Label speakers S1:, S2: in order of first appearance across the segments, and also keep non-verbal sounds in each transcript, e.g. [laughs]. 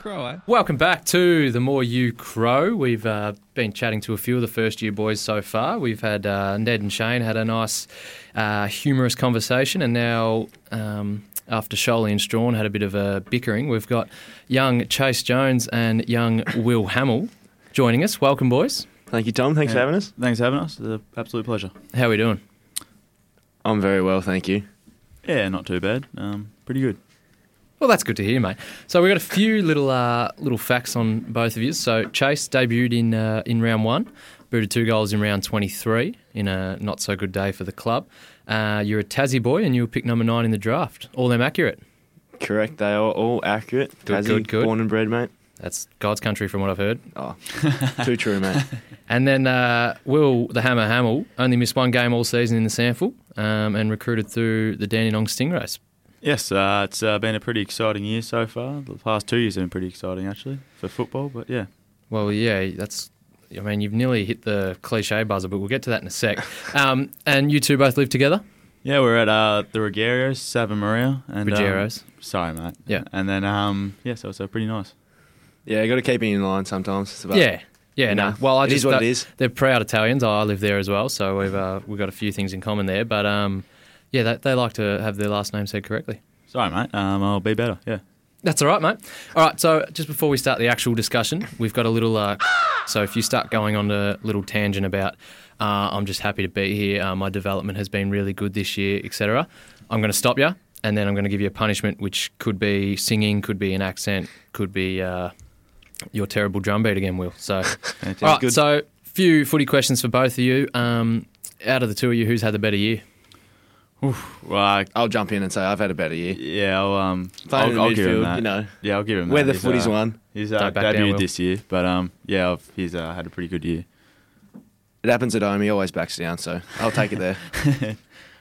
S1: crow, eh?
S2: Welcome back to The More You Crow. We've uh, been chatting to a few of the first year boys so far. We've had uh, Ned and Shane had a nice, uh, humorous conversation, and now um, after Sholey and Strawn had a bit of a bickering, we've got young Chase Jones and young Will Hamill joining us. Welcome, boys.
S3: Thank you, Tom. Thanks for
S1: Yeah.
S3: having us.
S1: Thanks for having us. It's an absolute pleasure.
S2: How are we doing?
S3: I'm very well, thank you.
S1: Yeah, not too bad. Um, pretty good.
S2: Well, that's good to hear, mate. So we've got a few little uh, little facts on both of you. So Chase debuted in uh, in round one, booted two goals in round twenty three in a not so good day for the club. Uh, you're a Tassie boy, and you were picked number nine in the draft. All them accurate.
S3: Correct. They are all accurate.
S2: Good,
S3: Tassie,
S2: good, good.
S3: Born and bred, mate.
S2: That's God's country, from what I've heard.
S1: [laughs]
S3: Oh, too true, mate.
S2: And then uh, Will the Hammer Hamill only missed one game all season in the Sandful, um, and recruited through the Dandenong Stingrays.
S1: Yes, uh, it's uh, been a pretty exciting year so far. The past two years have been pretty exciting, actually, for football. But yeah,
S2: Well, yeah, that's. I mean, you've nearly hit the cliche buzzer, but we'll get to that in a sec. Um, and you two both live together,
S1: yeah, we're at uh, the Ruggierios, Sava Maria, and um,
S2: Rogeros.
S1: sorry, mate.
S2: Yeah.
S1: and then um, yeah, so it's uh, pretty nice.
S3: Yeah, you got to keep it in line sometimes. It's about-
S2: Yeah, yeah.
S3: you
S2: No.
S3: know,
S2: Well, I
S3: it
S2: just
S3: is what
S2: that-
S3: it is.
S2: They're proud Italians. I live there as well, so we've uh, we've got a few things in common there. But um, yeah, they, they like to have their last name said correctly.
S1: Sorry, mate. Um, I'll be better. Yeah.
S2: That's all right, mate. All right. So just before we start the actual discussion, we've got a little. Uh, so if you start going on a little tangent about, uh, I'm just happy to be here. Uh, my development has been really good this year, etc. I'm going to stop you, and then I'm going to give you a punishment, which could be singing, could be an accent, could be uh, your terrible drum beat again, Will. So.
S1: Sounds
S2: All right,
S1: uh, good.
S2: so few footy questions for both of you. Um, out of the two of you, who's had the better year?
S1: well, I-
S3: I'll jump in and say I've had a better year.
S1: yeah, I'll um,
S3: Playing
S1: I'll, I'll
S3: in the
S1: give
S3: midfield,
S1: him that.
S3: you know,
S1: Yeah, I'll give him
S3: where
S1: that.
S3: the
S1: He's,
S3: footy's
S1: uh,
S3: won.
S1: He's uh,
S2: Don't back down,
S1: debuted
S2: Will.
S1: this year, but um, yeah, I've, he's uh, had a pretty good year.
S3: It happens at home. He always backs down, so I'll take it
S1: [laughs]
S3: there.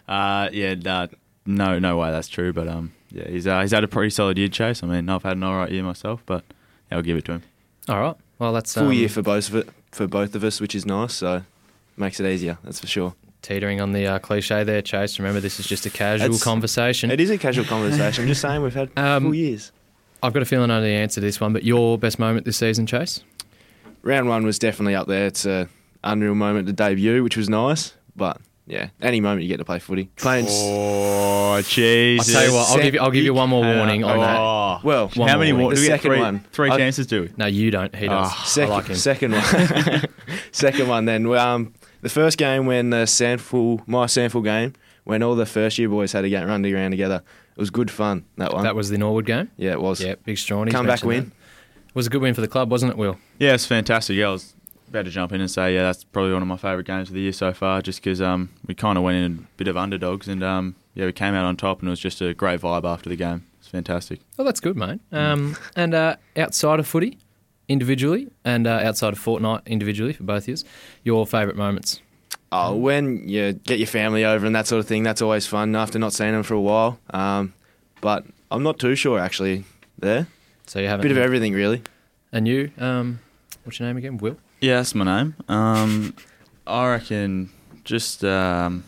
S1: Uh, yeah, nah, no, no way that's true. But um, yeah, he's uh, he's had a pretty solid year, Chase. I mean, I've had an alright year myself, but yeah, I'll give it to him.
S2: All right, well that's
S3: Full
S2: um,
S3: year for both of it, for both of us, which is nice. So makes it easier. That's for sure.
S2: teetering on the uh, cliche there, Chase. Remember, this is just a casual
S3: That's-
S2: conversation.
S3: It is a casual conversation. I'm just saying we've
S1: [laughs]
S3: had
S2: Um,
S3: full years.
S2: I've got a feeling I know the answer to this one, but your best moment this season, Chase?
S3: round one was definitely up there. It's a unreal moment to debut, which was nice. But yeah, any moment you get to play footy, playing. s-
S1: Oh,
S2: I
S1: Jesus!
S2: tell you what, I'll give you, I'll give you one more
S1: Hang
S2: warning on
S1: oh.
S2: that.
S3: Well,
S2: One
S1: how many
S2: warning.
S1: more?
S3: The
S1: do we get
S3: second
S1: three,
S3: one.
S1: three
S3: I-
S1: chances. Do we?
S2: No, you don't. He does.
S1: Ah,
S3: uh, second,
S2: I like him.
S3: second one, [laughs] second one. Then um, the first game when the Sandful, my Sandful game, when all the first year boys had a game, run to ground together. It was good fun. That one.
S2: That was the Norwood game.
S3: yeah, it was.
S2: Yeah, big strong.
S3: Come back win.
S2: It was a good win for the club, wasn't it, Will?
S1: Yeah, it's fantastic. Yeah, I was about to jump in and say, yeah, that's probably one of my favourite games of the year so far, just because um, we kind of went in a bit of underdogs and um, yeah, we came out on top, and it was just a great vibe after the game. It's fantastic.
S2: Oh, that's good, mate. Um, and uh, outside of footy, individually, and uh, outside of Fortnite, individually for both years, your favourite moments.
S3: Oh, when you get your family over and that sort of thing, that's always fun. After not seeing them for a while, um, but I'm not too sure actually. There,
S2: So you haven't.
S3: bit of everything really.
S2: And you, um, what's your name again? Will.
S1: Yeah, that's my name. Um, I reckon just um,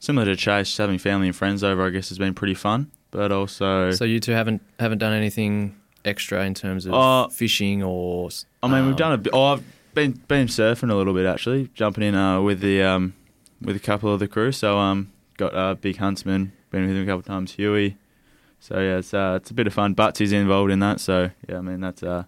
S1: similar to Chase, just having family and friends over, I guess, has been pretty fun. But also,
S2: So you two haven't haven't done anything extra in terms of
S1: Uh,
S2: fishing or. s-
S1: I mean,
S2: um,
S1: we've done a bit. Oh, I've been been surfing a little bit actually, jumping in uh, with the um, with a couple of the crew. So um, got uh, Big Huntsman, been with him a couple of times, Huey. So yeah, it's uh, it's a bit of fun. Butts is involved in that, so yeah, I mean that's uh,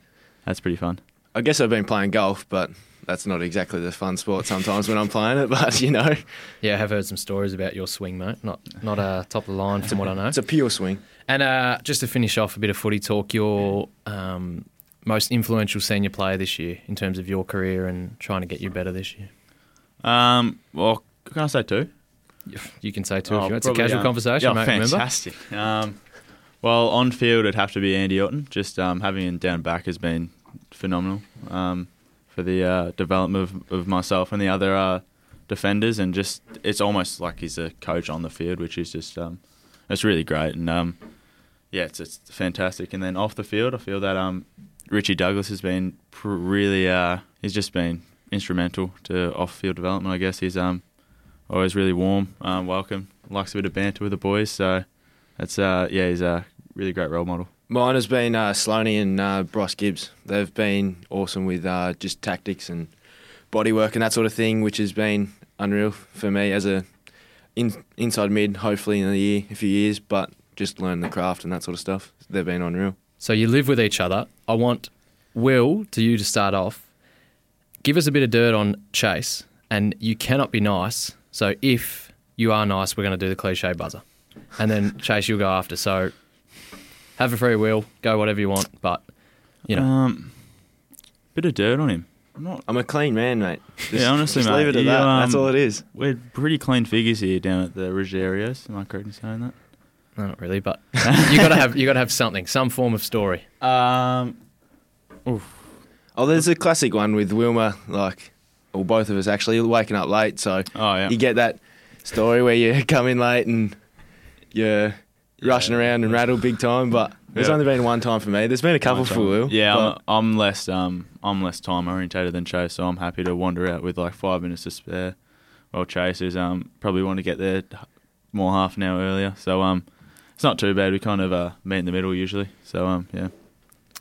S1: that's pretty fun.
S3: I guess I've been playing golf, but that's not exactly the fun sport sometimes when I'm playing it. [laughs] But you know,
S2: Yeah, I have heard some stories about your swing, mate. Not not uh, top of the line from what I
S1: [laughs]
S2: know.
S3: it's a pure swing.
S2: And uh, just to finish off a bit of footy talk, your um, most influential senior player this year in terms of your career and trying to get you better this year.
S1: Um, well, can I say two?
S2: You can say too if
S1: Oh,
S2: you want. It's a
S1: probably,
S2: casual
S1: um,
S2: conversation,
S1: yeah,
S2: mate. Remember?
S1: Fantastic. Um, well, on field, it'd have to be Andy Orton. Just um, having him down back has been phenomenal um, for the uh, development of, of myself and the other uh, defenders, and just it's almost like he's a coach on the field, which is just um, it's really great. And um, yeah, it's, it's fantastic. And then off the field, I feel that um, Richie Douglas has been pr- really uh, he's just been instrumental to off field development. I guess he's um, always really warm, um, welcome, likes a bit of banter with the boys. So that's uh, yeah, he's a really great role model.
S3: Mine has been uh, Sloaney and uh, Bryce Gibbs. They've been awesome with uh, just tactics and body work and that sort of thing, which has been unreal for me as a in, inside mid. Hopefully in a year, a few years, but just learn the craft and that sort of stuff. They've been unreal.
S2: So you live with each other. I want Will to you to start off. Give us a bit of dirt on Chase, and you cannot be nice. So if you are nice, we're going to do the cliche buzzer, and
S1: [laughs]
S2: then Chase you'll go after. So have a free will, go whatever you want, but you know.
S1: Um, bit of dirt on him. I'm not.
S3: I'm a clean man, mate. Just,
S1: Yeah, honestly,
S3: just
S1: mate,
S3: leave it at
S1: you,
S3: that. That's
S1: um,
S3: all it is.
S1: We're pretty clean figures here down at the Rogerios. Am I correct in saying that?
S2: No, not really, but you gotta have you gotta have something, some form of story.
S1: Um,
S3: Oh, there's a classic one with Wilma, like, or both of us actually waking up late. So
S1: oh yeah.
S3: you get that story where you [laughs] come in late and you're rushing around and rattle big time. But there's
S1: Yeah.
S3: only been one time for me. There's been a couple
S1: Time.
S3: for Will.
S1: Yeah, I'm,
S3: but
S1: I'm less um I'm less time orientated than Chase, so I'm happy to wander out with like five minutes to spare. Well, Chase is um probably want to get there h- more half an hour earlier, so um it's not too bad. We kind of uh, meet in the middle usually, so um yeah.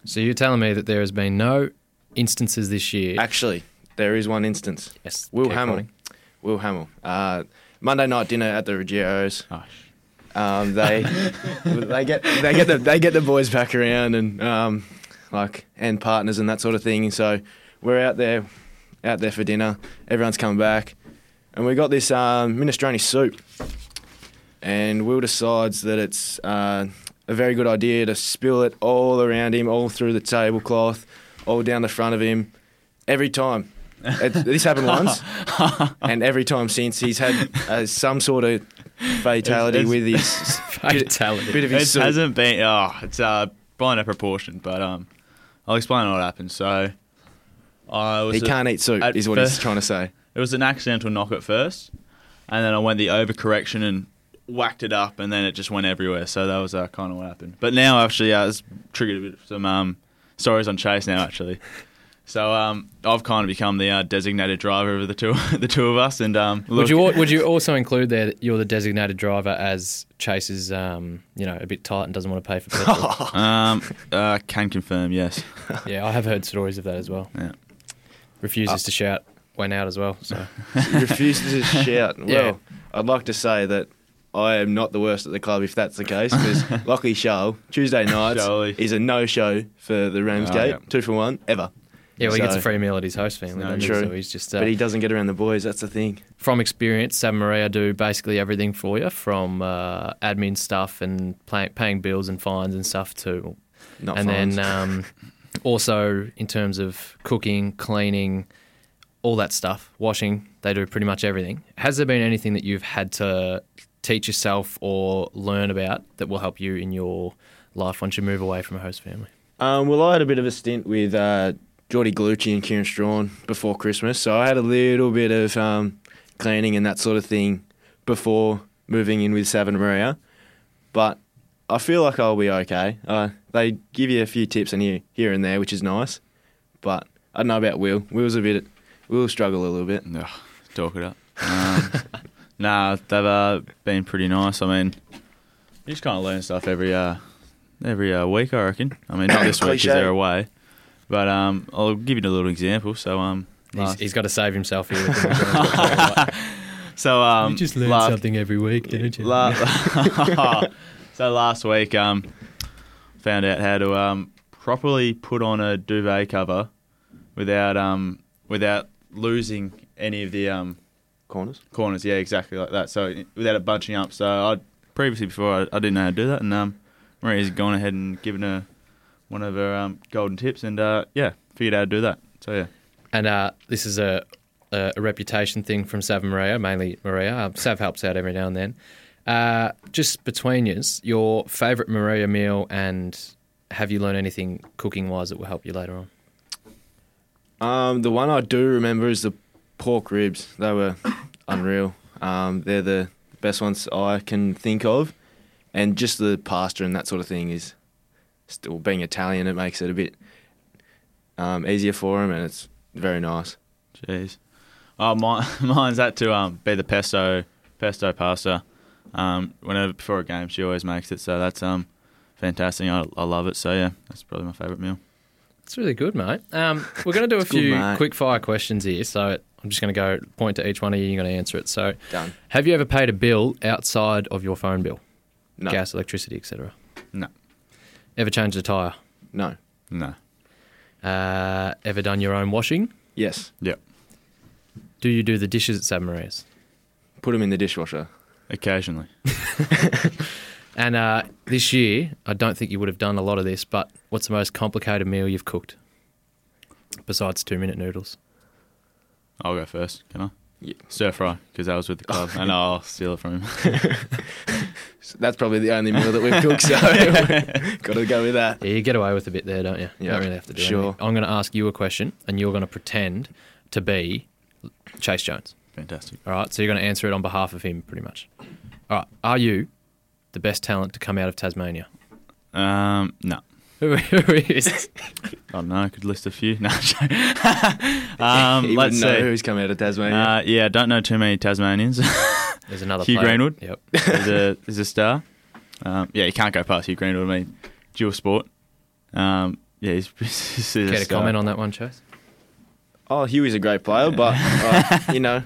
S2: So you're telling me that there has been no instances this year.
S3: actually, there is one instance.
S2: yes,
S3: Will
S2: keep
S3: Hamill.
S2: going.
S3: Will Hamill. Uh, Monday night dinner at the Rogeros.
S1: Oh, sh-
S3: Um, they they get they get the they get the boys back around and um, like and partners and that sort of thing. So we're out there out there for dinner. Everyone's come back, and we got this um, minestrone soup. And Will decides that it's uh, a very good idea to spill it all around him, all through the tablecloth, all down the front of him, every time. It, this happened once, and every time since he's had uh, some sort of fatality
S1: It's-
S3: with [laughs] his
S2: Fatality.
S3: bit of his
S1: it
S3: soup.
S1: hasn't been. Oh, it's uh blown out of proportion, but um I'll explain what happened. So I was
S3: He
S1: a-
S3: can't eat soup,
S1: at
S3: is what
S1: fir-
S3: he's trying to say.
S1: It was an accidental knock at first, and then I went the overcorrection and whacked it up, and then it just went everywhere. So that was uh, kind of what happened. But now, actually, uh, it's triggered a bit of some um, stories on Chase now, actually. So um, I've kind of become the uh, designated driver of the two, [laughs] the two of us. And um,
S2: Would
S1: look,
S2: you al- would you also include there that you're the designated driver as Chase is um, you know a bit tight and doesn't want to pay for
S3: [laughs]
S2: petrol?
S1: um, uh, can confirm, yes.
S2: yeah, I have heard stories of that as well.
S1: Yeah.
S2: Refuses
S3: Uh,
S2: to shout when out as well.
S3: [laughs]
S2: So
S3: [laughs] He refuses to [laughs] shout. Well,
S2: Yeah.
S3: I'd like to say that I am not the worst at the club if that's the case, [laughs] because luckily Charles, Tuesday nights
S1: Surely.
S3: is a no-show for the Ramsgate,
S1: yeah.
S3: two for one, ever.
S2: yeah, well, he gets
S3: So-
S2: a free meal at his host family.
S1: No,
S2: doesn't he?
S3: true.
S2: So he's just uh,
S3: But he doesn't get around the boys, that's the thing.
S2: from experience, Sam Maria do basically everything for you, from uh, admin stuff and play, paying bills and fines and stuff to,
S3: Not
S2: and
S3: fines.
S2: then um, also in terms of cooking, cleaning, all that stuff, washing. They do pretty much everything. Has there been anything that you've had to teach yourself or learn about that will help you in your life once you move away from a host family?
S3: Um, well, I had a bit of a stint with uh, Geordie Galucci and Kieran Strawn before Christmas, so I had a little bit of um, cleaning and that sort of thing before moving in with Savin Maria. But I feel like I'll be okay. Uh, they give you a few tips and here, here and there, which is nice. But I don't know about Will. Will's a bit. Will struggle a little bit.
S1: Ugh, talk it up. Um, [laughs] nah, they've uh, been pretty nice. I mean, you just kind of learn stuff every uh, every uh, week, I reckon. I mean, not this week because
S3: Cliche.
S1: they're away, but um, I'll give you a little example. So um,
S2: He's,
S1: last-
S2: he's got to save himself here.
S1: [laughs] so um, last-
S2: every week, don't
S1: La- [laughs] so last week, um, found out how to um, properly put on a duvet cover without um, without losing any of the um,
S3: Corners.
S1: corners. Yeah, exactly like that. So without it bunching up. So I previously before I, I didn't know how to do that, and um, Maria's gone ahead and given her one of her um, golden tips, and uh, yeah, figured out how to do that. So yeah,
S2: And uh, this is a, a, a reputation thing from Sav and Maria, mainly Maria. Um, Sav helps out every now and then. Uh, just between yous, your favourite Maria meal and have you learned anything cooking wise that will help you later on?
S3: Um, the one I do remember is the pork ribs. They were unreal. Um, they're the best ones I can think of, and just the pasta and that sort of thing is still being Italian. It makes it a bit um, easier for them, and it's very nice.
S1: jeez. Oh, [laughs] mine, mine's that to um, be the pesto pesto pasta. Um, whenever before a game, she always makes it. So that's um, fantastic. I, I love it. So yeah, that's probably my favourite meal.
S2: It's really good, mate. Um, we're going to do a
S3: It's good,
S2: few
S3: mate.
S2: quick fire questions here. So I'm just going to go point to each one of you. You're going to answer it. So,
S3: Done.
S2: have you ever paid a bill outside of your phone bill?
S3: No.
S2: Gas, electricity, etc.
S1: No.
S2: Ever changed a tyre?
S3: No.
S1: No.
S2: Uh, ever done your own washing?
S3: Yes.
S1: Yep.
S2: Do you do the dishes at San Maria's?
S3: Put them in the dishwasher.
S1: Occasionally.
S2: And uh, this year, I don't think you would have done a lot of this, but what's the most complicated meal you've cooked besides two minute noodles?
S1: I'll go first. Can I?
S3: Yeah.
S1: Stir fry because I was with the club, and I'll steal it from him.
S3: So that's probably the only meal that we've cooked.
S1: [laughs]
S3: So [laughs] got to go with that.
S2: Yeah, you get away with a bit there, don't you? You
S3: Yeah,
S2: don't really have to do
S3: sure.
S2: anything. I'm going to ask you a question, and you're going to pretend to be Chase Jones.
S1: Fantastic.
S2: All right, so you're going to answer it on behalf of him, pretty much. All right, are you the best talent to come out of Tasmania? [laughs]
S1: Um, no.
S2: Who who is?
S1: I don't know. I could list a few. [laughs] No. I'm joking.
S3: [laughs]
S1: um,
S3: He
S1: let's
S3: wouldn't know
S1: see.
S3: who's come out of Tasmania.
S1: Uh, yeah, I don't know too
S2: [laughs]
S1: many Tasmanians.
S2: There's another
S1: Hugh
S2: player.
S1: Greenwood?
S2: Yep.
S1: is a is a star. Um, yeah, you can't go past Hugh Greenwood. I mean, dual sport. Um, yeah, he's, [laughs] he's a
S2: Get a
S3: uh,
S1: star.
S2: comment on that one, Chase?
S3: oh, Huey's a great player, but uh, you know,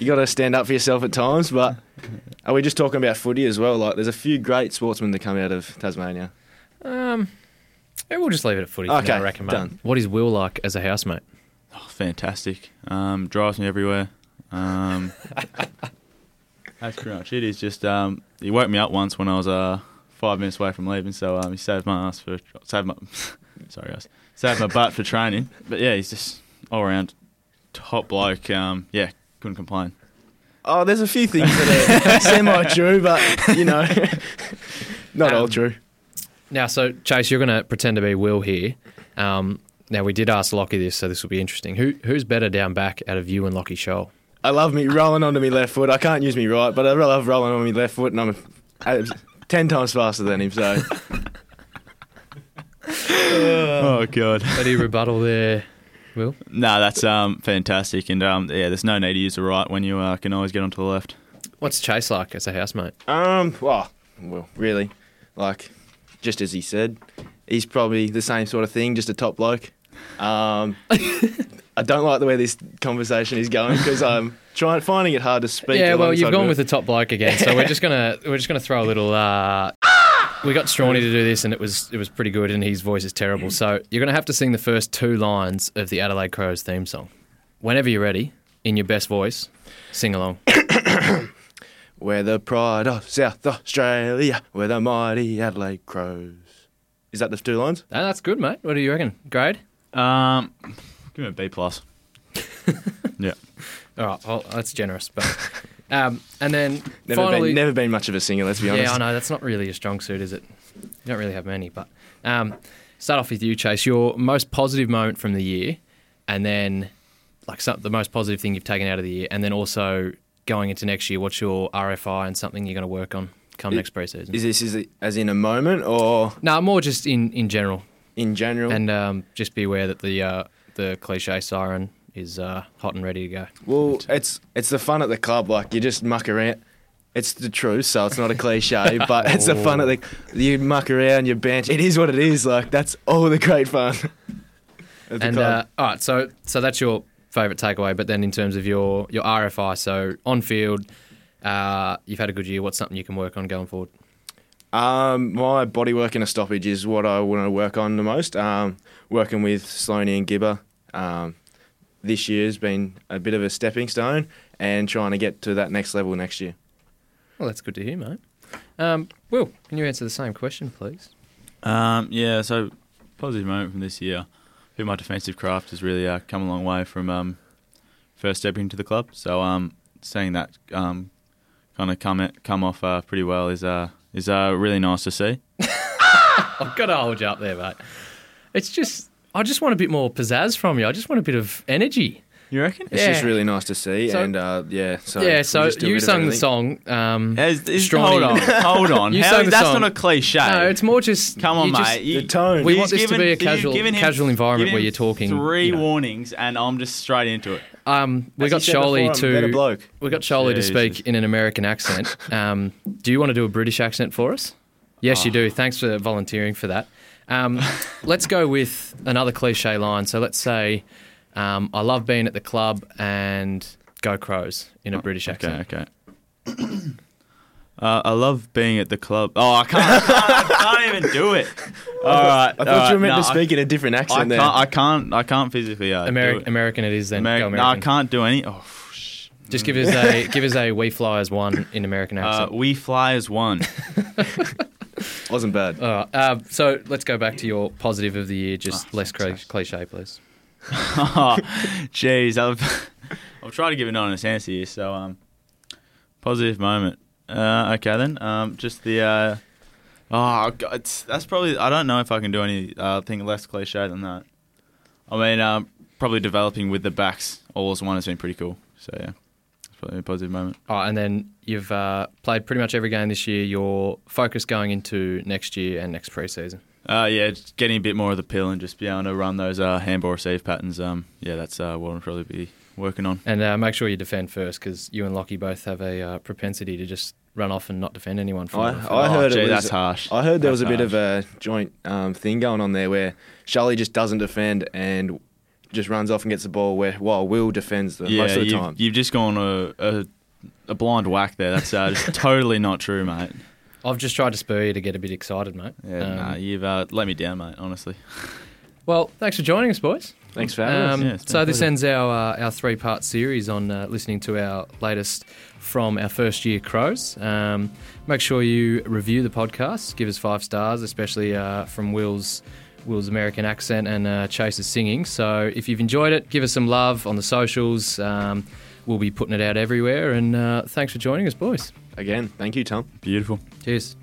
S3: you got to stand up for yourself at times. But are we just talking about footy as well? Like, there's a few great sportsmen that come out of Tasmania.
S2: Um, yeah, we'll just leave it at footy. for
S3: Okay,
S2: now, I reckon, mate.
S3: done.
S2: What is Will like as a housemate?
S1: Oh, fantastic. Um, drives me everywhere. [laughs] Um, that's pretty much it. He's just um, he woke me up once when I was uh, five minutes away from leaving, so um, he saved my ass for saved my [laughs] sorry guys saved my butt for training. But yeah, he's just all around top bloke. Um, yeah, couldn't complain.
S3: Oh, there's a few things that are semi true, but you know, not all
S2: Um,
S3: true.
S2: Now, so Chase, you're going to pretend to be Will here. Um, now we did ask Lockie this, so this will be interesting. Who who's better down back out of you and Lockie Shoal?
S3: I love me rolling onto my left foot. I can't use me right, but I love rolling on my left foot, and I'm uh, ten times faster than him. So
S1: Oh [laughs] god.
S2: Any rebuttal there, Will?
S1: No, that's um, fantastic, and um, yeah, there's no need to use the right when you uh, can always get onto the left.
S2: What's Chase like as a housemate?
S3: Um, well, well, really, like, just as he said, he's probably the same sort of thing, just a top bloke.
S2: [laughs]
S3: Um, I don't like the way this conversation is going because I'm trying finding it hard to speak.
S2: yeah, well, you've
S3: alongside
S2: gone
S3: Will.
S2: with the top bloke again, so we're just gonna we're just gonna throw a little. Uh, we got Strawny to do this, and it was it was pretty good, and his voice is terrible. So you're gonna have to sing the first two lines of the Adelaide Crows theme song, whenever you're ready, in your best voice. Sing along.
S3: We're the pride of South Australia. We're the mighty Adelaide Crows. Is that the two lines?
S2: Ah, that's good, mate. What do you reckon? Grade?
S1: Um, give me a B [laughs] plus. yeah,
S2: All right, well, that's generous,
S3: [laughs]
S2: but um, and then
S3: Never
S2: finally,
S3: been, never been much of a singer. Let's be honest.
S2: yeah, I know that's not really a strong suit, is it? You don't really have many, but um, start off with you, Chase. Your most positive moment from the year, and then like some, the most positive thing you've taken out of the year, and then also going into next year. What's your RFI and something you're going to work on come
S3: Is-
S2: next preseason?
S3: Is this is it as in a moment or
S2: no, more just in in general,
S3: in general?
S2: and um, just be aware that the uh, the cliche siren is uh, hot and ready to go.
S3: Well, it's it's the fun at the club. Like you just muck around. It's the truth, so it's not
S2: [laughs]
S3: a cliche, but it's the fun at the you muck around, you bench. It is what it is. Like that's all the great fun. [laughs] At the
S2: And uh,
S3: club.
S2: all right, so so that's your favourite takeaway. But then in terms of your your RFI, so on field, uh, you've had a good year. What's something you can work on going forward?
S3: um, my body work in a stoppage is what I want to work on the most. Um, working with Sloaney and Gibber um, this year has been a bit of a stepping stone, and trying to get to that next level next year.
S2: Well, that's good to hear, mate. Um, Will, can you answer the same question, please?
S1: um, yeah. So positive moment from this year. I think my defensive craft has really uh, come a long way from um, first stepping into the club. So um, seeing that um, kind of come it, come off uh, pretty well is uh, is uh, really nice to see.
S2: I've got to hold you up there, mate. It's just I just want a bit more pizzazz from you. I just want a bit of energy.
S1: You reckon?
S3: It's
S2: Yeah.
S3: just really nice to see,
S2: So-
S3: and uh, yeah. So
S2: yeah.
S3: we
S2: So
S3: just do a
S2: you
S3: bit of
S2: sung the
S3: everything.
S2: song. Um,
S1: Is, is,
S2: Strawny.
S1: hold on, hold on.
S2: You
S1: How-
S2: sang the
S1: that's
S2: song.
S1: not a cliche.
S2: [laughs] no, it's more just.
S1: Come on,
S2: you just-
S1: mate. You-
S3: the tone.
S2: We
S1: He's
S2: want this to
S1: given-
S2: be a
S1: you've
S2: casual-
S1: given him-
S2: casual environment
S1: given
S2: where
S1: him
S2: you're talking,
S1: Three
S2: you know.
S1: warnings, and I'm just straight into it.
S2: Um, we
S3: As
S2: got
S3: you said before,
S2: Sholly
S3: I'm a better
S2: to.
S3: bloke.
S2: We got Sholly to
S1: Jesus. [laughs]
S2: speak in an American accent. Um, do you want to do a British accent for us? Yes,
S1: Ah.
S2: you do. Thanks for volunteering for that.
S1: [laughs]
S2: Um, let's go with another cliche line. So let's say, um, I love being at the club and go crows in a British accent.
S1: Oh, Okay, okay. [clears throat] Uh, I love being at the club. Oh, I can't, I can't, I can't even
S3: [laughs]
S1: do it. All
S3: Uh,
S1: right,
S3: I
S1: all
S3: thought
S1: right,
S3: you were meant
S1: no,
S3: to speak in a different
S1: I, I
S3: accent
S1: can't.
S3: there.
S1: I can't. I can't physically. Uh,
S2: Ameri-
S1: do it.
S2: American it is then.
S1: Ameri-
S2: go
S1: no, I
S2: American.
S1: can't do any. Oh, sh-
S2: Just give us a
S1: [laughs]
S2: give us a we fly as one in American
S1: uh,
S2: accent.
S1: we fly as one.
S3: Wasn't bad.
S2: All right. Uh, so let's go back to your positive of the year. Just
S1: Ah,
S2: less cra- cliche, please.
S1: oh, jeez, I've [laughs] I'll try to give an honest answer here. So, um, positive moment. Uh, okay then. Um, just the uh, oh, God, it's, that's probably. I don't know if I can do anything uh, thing less cliche than that. I mean, um, probably developing with the backs all as one has been pretty cool. So yeah, it's probably a positive moment.
S2: All right, Oh, and then you've uh, played pretty much every game this year. Your focus going into next year and next preseason.
S1: Uh, yeah, just getting a bit more of the pill and just being able to run those uh, handball receive patterns. Um, yeah, that's uh, what I'm probably be working on.
S2: And uh, make sure you defend first because you and Lockie both have a uh, propensity to just run off and not defend anyone. From
S3: I,
S2: from-
S3: I
S1: Oh,
S3: heard
S1: gee,
S3: it was,
S1: that's harsh.
S3: I heard there was a
S1: That's
S3: bit of a joint um, thing going on there where Charlie just doesn't defend and just runs off and gets the ball, where while Will defends the most of the
S1: you've,
S3: time.
S1: you've just gone a, a a blind whack there. That's
S3: [laughs]
S1: uh, just totally not true, mate.
S2: I've just tried to spur you to get a bit excited, mate.
S1: Yeah,
S2: Um,
S1: nah, you've uh, let me down, mate. Honestly.
S2: Well, thanks for joining us, boys.
S3: Thanks for having
S2: Um,
S1: Yeah, it's been
S2: so
S1: a
S2: this
S1: pleasure.
S2: ends our uh, our three part series on uh, listening to our latest from our first year crows. Um, make sure you review the podcast, give us five stars, especially uh, from Will's Will's American accent and uh, Chase's singing. So if you've enjoyed it, give us some love on the socials. Um, we'll be putting it out everywhere. And uh, thanks for joining us, boys.
S3: Again, thank you, Tom.
S1: Beautiful.
S2: Cheers.